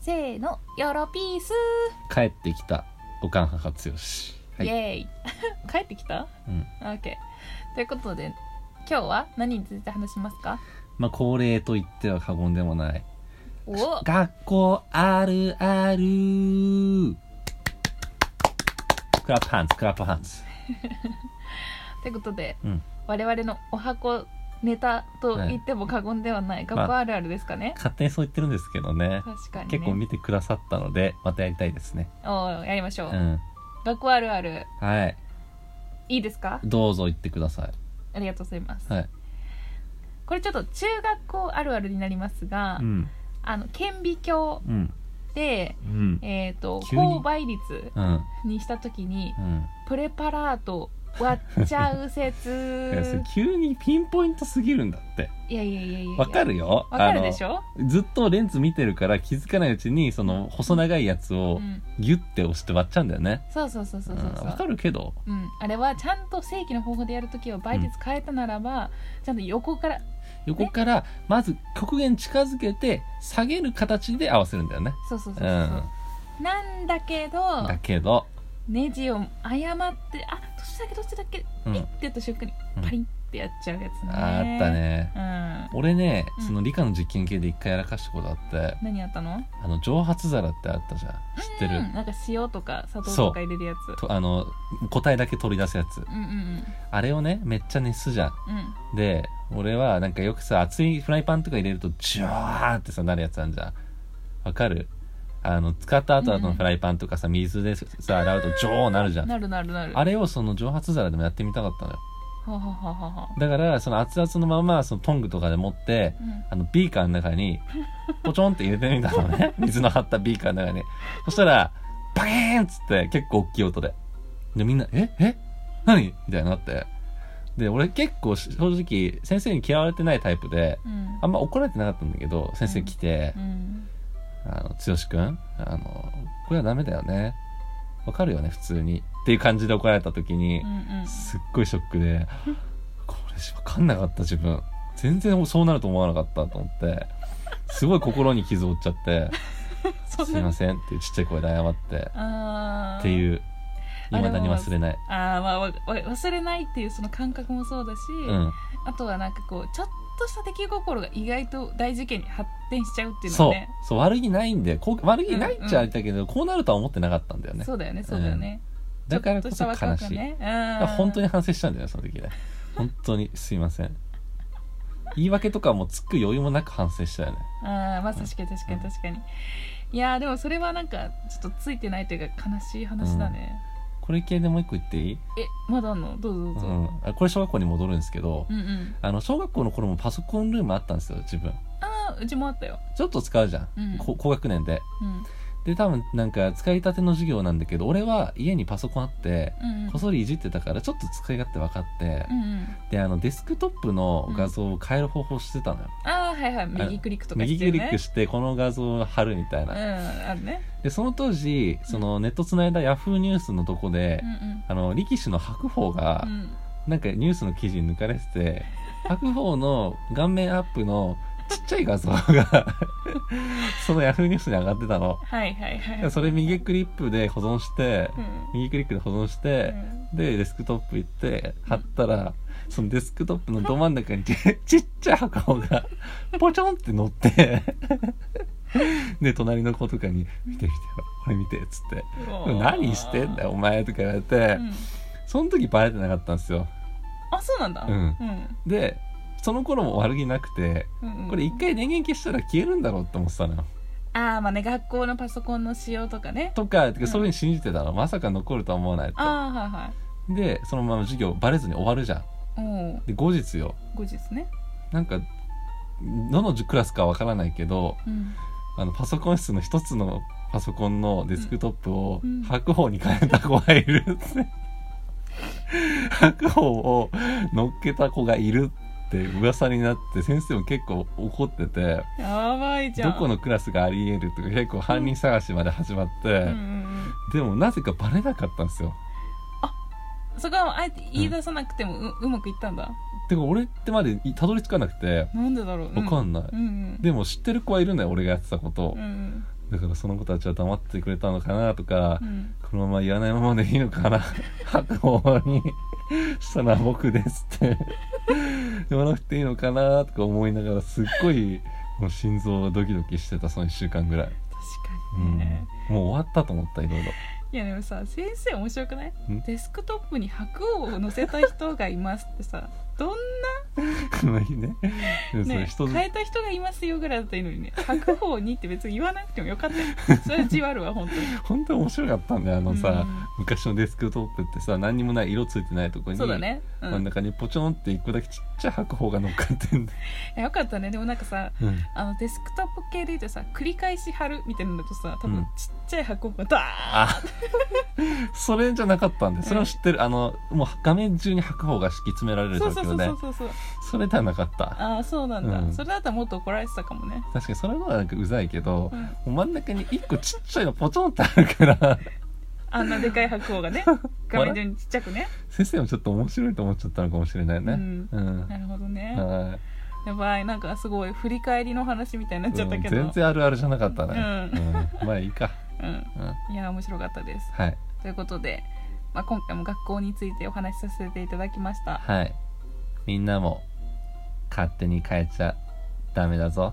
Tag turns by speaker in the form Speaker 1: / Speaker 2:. Speaker 1: せーのヨロピース、
Speaker 2: 帰ってきたおかん母剛はい
Speaker 1: イエーイ 帰ってきた
Speaker 2: うん
Speaker 1: オッケーということで今日は何について話しますか
Speaker 2: まあ恒例と言っては過言でもない
Speaker 1: おお
Speaker 2: 学校あるあるクラップハンズクラップハンズ
Speaker 1: ということで
Speaker 2: うん
Speaker 1: 我々のお箱ネタと言っても過言ではない、学校あるあるですかね、
Speaker 2: 勝手にそう言ってるんですけどね
Speaker 1: 確かに、ね、
Speaker 2: 結構見てくださったのでまたやりたいですね
Speaker 1: おーやりましょう、
Speaker 2: うん
Speaker 1: 学校あるある
Speaker 2: はい
Speaker 1: いいですか
Speaker 2: どうぞ言ってくださ
Speaker 1: ありがとうございます、
Speaker 2: いはい
Speaker 1: これちょっと中学校あるあるになりますが、
Speaker 2: うん
Speaker 1: あの顕微鏡
Speaker 2: うん
Speaker 1: で、
Speaker 2: うん
Speaker 1: えー、と
Speaker 2: 急に
Speaker 1: 高倍率
Speaker 2: うん
Speaker 1: にした時に
Speaker 2: うん
Speaker 1: プレパラート割っちゃう説
Speaker 2: いやそれ急にピンポイントすぎるんだって
Speaker 1: いやいやいやいや
Speaker 2: わかるよ
Speaker 1: わかるでしょ、
Speaker 2: あのずっとレンズ見てるから気づかないうちにその細長いやつ
Speaker 1: う
Speaker 2: を
Speaker 1: ん、
Speaker 2: ギュッて押して割っちゃうんだよね
Speaker 1: そうそうそうそうそう
Speaker 2: うん
Speaker 1: そ
Speaker 2: わか
Speaker 1: う、
Speaker 2: るけど
Speaker 1: うんあれはちゃんと正規の方法でやるときは倍率変えたならば、ちゃんと横から
Speaker 2: 横からまず極限近づけて下げる形で合わせるんだよね
Speaker 1: そうそうそうそう、
Speaker 2: うん
Speaker 1: なんだけど
Speaker 2: だけど
Speaker 1: ネジを誤ってあどっちだっけどっちだっけ
Speaker 2: う
Speaker 1: ピ
Speaker 2: ん
Speaker 1: ッてやった瞬間に
Speaker 2: うん
Speaker 1: パリンってやっちゃうやつね
Speaker 2: あったね
Speaker 1: うん
Speaker 2: 俺ね
Speaker 1: うん
Speaker 2: その理科の実験系で一回やらかしたことあって
Speaker 1: 何やったの
Speaker 2: あの蒸発皿ってあったじゃん知って
Speaker 1: う
Speaker 2: る
Speaker 1: んなんか塩とか砂糖とか入れるやつ
Speaker 2: とあの答えだけ取り出すやつ
Speaker 1: うんうん
Speaker 2: あれをねめっちゃ熱すじゃん
Speaker 1: うんうん
Speaker 2: で俺はなんかよくさ熱いフライパンとか入れるとジュワーってさなるやつあんじゃんわかるあの使った後
Speaker 1: うんう
Speaker 2: の
Speaker 1: ん
Speaker 2: フライパンとかさ水でさ洗うとジョーなるじゃん
Speaker 1: なるなるなる
Speaker 2: あれをその蒸発皿でもやってみたかったのよ
Speaker 1: ははははは
Speaker 2: だからその熱々のままそのトングとかで持って
Speaker 1: うん
Speaker 2: あのビーカーの中にポチョンって入れてみた のね水の張ったビーカーの中にそしたらバキーンっつって結構大きい音ででみんな「ええ何?」みたいになってで俺結構し正直先生に嫌われてないタイプで
Speaker 1: うん
Speaker 2: あんま怒られてなかったんだけど先生来て
Speaker 1: うん
Speaker 2: 「あの剛くんあのこれはダメだよねわかるよね普通に」っていう感じで怒られた時に
Speaker 1: うんうん
Speaker 2: すっごいショックでこれ分かんなかった自分全然そうなると思わなかったと思ってすごい心に傷を負っちゃって「
Speaker 1: そ
Speaker 2: す
Speaker 1: ん
Speaker 2: い
Speaker 1: な
Speaker 2: ません」ってちっちゃい声で謝って
Speaker 1: あー
Speaker 2: っていう
Speaker 1: あ
Speaker 2: 未だに
Speaker 1: でも
Speaker 2: 忘れない
Speaker 1: あーまあわわ忘れないっていうその感覚もそうだし、
Speaker 2: うん
Speaker 1: あとはなんかこうちょっとした出来心が意外と大事件に発展しちゃうっていうの
Speaker 2: そ
Speaker 1: は
Speaker 2: う
Speaker 1: ね
Speaker 2: そう悪気ないんでこう悪気ないっちゃあれだけど、こうなるとは思ってなかったんだよ
Speaker 1: そう
Speaker 2: ね
Speaker 1: だよねそうだよね、
Speaker 2: だからこ
Speaker 1: ち
Speaker 2: そ
Speaker 1: ょっとした
Speaker 2: 悲
Speaker 1: 若
Speaker 2: し
Speaker 1: さ
Speaker 2: い、
Speaker 1: ねうん
Speaker 2: 本当に反省したんだよねその時ね本当にすいません言い訳とかもつく余裕もなく反省したよね
Speaker 1: ああまあ確かに確かに確かに、いやーでもそれはなんかちょっとついてないというか悲しい話だね、
Speaker 2: これ系でもう一個言っていい、
Speaker 1: えまだあんのどうぞどう
Speaker 2: う
Speaker 1: ぞ、
Speaker 2: ん、あこれ小学校に戻るんですけど、
Speaker 1: うんうん
Speaker 2: あの小学校の頃もパソコンルームあったんですよ自分
Speaker 1: ああうちもあったよ、
Speaker 2: ちょっと使うじゃん、
Speaker 1: うん
Speaker 2: こ高学年で
Speaker 1: うん、
Speaker 2: で多分なんか使いたての授業なんだけど俺は家にパソコンあって
Speaker 1: うんうん
Speaker 2: こっそりいじってたからちょっと使い勝手分かって
Speaker 1: う、んうん
Speaker 2: であのデスクトップの画像を変える方法してたのよ、
Speaker 1: ああはいはい右クリックとか
Speaker 2: 右
Speaker 1: して
Speaker 2: ク
Speaker 1: る
Speaker 2: リ
Speaker 1: ね
Speaker 2: ックしてこの画像を貼るみたいな、
Speaker 1: うんあるね
Speaker 2: でその当時そのネットつないだ Yahoo ニュースのとこで、
Speaker 1: うんうん
Speaker 2: あの力士の白鵬が、
Speaker 1: うん
Speaker 2: なんかニュースの記事に抜かれてて白鵬の顔面アップのちっちゃい画像が そのヤフーニュースに上がってたの
Speaker 1: はいはいはい
Speaker 2: それ右クリップで保存して、
Speaker 1: うん
Speaker 2: 右クリックで保存し
Speaker 1: う
Speaker 2: て、
Speaker 1: ん
Speaker 2: でデスクトップ行って貼ったらそのデスクトップのど真ん中にちちっちゃい白鵬がポチョンって乗って で隣の子とかに「見て見てこれ見て」っつって
Speaker 1: う
Speaker 2: 「
Speaker 1: わー
Speaker 2: 何してんだよお前」とか言われて、
Speaker 1: うん
Speaker 2: その時バレてなかったんですよ
Speaker 1: あそうなんだ
Speaker 2: うんでその頃も悪気なくて
Speaker 1: うんうん
Speaker 2: これ一回電源消したら消えるんだろうって思ってたのよ
Speaker 1: ああまあね学校のパソコンの仕様とかね
Speaker 2: とかてかそういうふうに信じてたのまさか残るとは思わないと
Speaker 1: ああはいはい
Speaker 2: でそのまま授業バレずに終わるじゃん
Speaker 1: おお
Speaker 2: で後日よ
Speaker 1: 後日ね
Speaker 2: なんかどのクラスかわからないけど
Speaker 1: うん
Speaker 2: あのパソコン室の一つのパソコンのデスクトップを
Speaker 1: うんうん
Speaker 2: 白鵬に変えた子がいるって 白鵬を乗っけた子がいるって噂になって先生も結構怒ってて
Speaker 1: やばいじゃ
Speaker 2: ど
Speaker 1: ん
Speaker 2: このクラスがありえるとか結構犯人探しまで始まって、
Speaker 1: うんうんうん
Speaker 2: でもなぜかバレなかったんですよ
Speaker 1: そこはあえて言い出さなくてもう,、うまくいったんだ
Speaker 2: てか俺ってまでいたどり着かなくて
Speaker 1: なんでだろう
Speaker 2: わか
Speaker 1: ない、
Speaker 2: んない、
Speaker 1: うんうん、
Speaker 2: でも知ってる子はいるんだよ俺がやってたことを
Speaker 1: う、ん
Speaker 2: だからその子たちは黙ってくれたのかなとか、
Speaker 1: うん
Speaker 2: このまま言わないままでいいのかな白鵬にしたのは僕ですって言わなくていいのかなとか思いながらすっごいもう心臓がドキドキしてたその1週間ぐらい、
Speaker 1: 確
Speaker 2: う
Speaker 1: かにね
Speaker 2: ん、、もう終わったと思ったいろいろ
Speaker 1: いやでもさ先生面白くない
Speaker 2: ん
Speaker 1: デスクトップに白鵬を載せた人がいますってさどん
Speaker 2: この日ねでもそ
Speaker 1: な、
Speaker 2: れ
Speaker 1: ね、
Speaker 2: 人づ、
Speaker 1: 変えた人がいますよぐらいだったらいいの にね白鵬にって別に言わなくてもよかったよそれはじわるわ本当に
Speaker 2: 本当に面白かったんだよあのさ、
Speaker 1: うん
Speaker 2: 昔のデスクトップってさ何にもない色ついてないとこに
Speaker 1: そうだね、うん
Speaker 2: 真ん中にポチョンって一個だけちっちゃい白鵬が乗っかってんだよ、
Speaker 1: いやよかったねでもなんかさ
Speaker 2: うん
Speaker 1: あのデスクトップ系で言うとさ繰り返し貼るみたいなのだとさ多
Speaker 2: うん
Speaker 1: 分ちっちゃい箱がダーッ
Speaker 2: あそれじゃなかったんでそれは知ってるあのもう画面中に白鵬が敷き詰められる
Speaker 1: そ
Speaker 2: 状
Speaker 1: うそうそ
Speaker 2: 況
Speaker 1: う
Speaker 2: で
Speaker 1: そうそうそう
Speaker 2: それではなかった
Speaker 1: ああそうなんだ、
Speaker 2: うん
Speaker 1: それだったらもっと怒られてたかもね、
Speaker 2: 確かにそれの方がなんかうざいけど
Speaker 1: う、ん、
Speaker 2: もう真ん中に一個ちっちゃいのポチョンってあるから
Speaker 1: あんなでかい箱 がね画面上にちっちゃくね
Speaker 2: 先生もちょっと面白いと思っちゃったのかもしれないね
Speaker 1: うん
Speaker 2: うん
Speaker 1: なるほどね、
Speaker 2: はい
Speaker 1: やばいなんかすごい振り返りの話みたいになっちゃったけど、
Speaker 2: う
Speaker 1: うんん
Speaker 2: 全然あるあるじゃなかったね、
Speaker 1: う
Speaker 2: うんまあいいか、うん、
Speaker 1: いや面白かったです
Speaker 2: はい
Speaker 1: ということで、まあ、今回も学校についてお話しさせていただきました
Speaker 2: はいみんなも勝手に変えちゃダメだぞ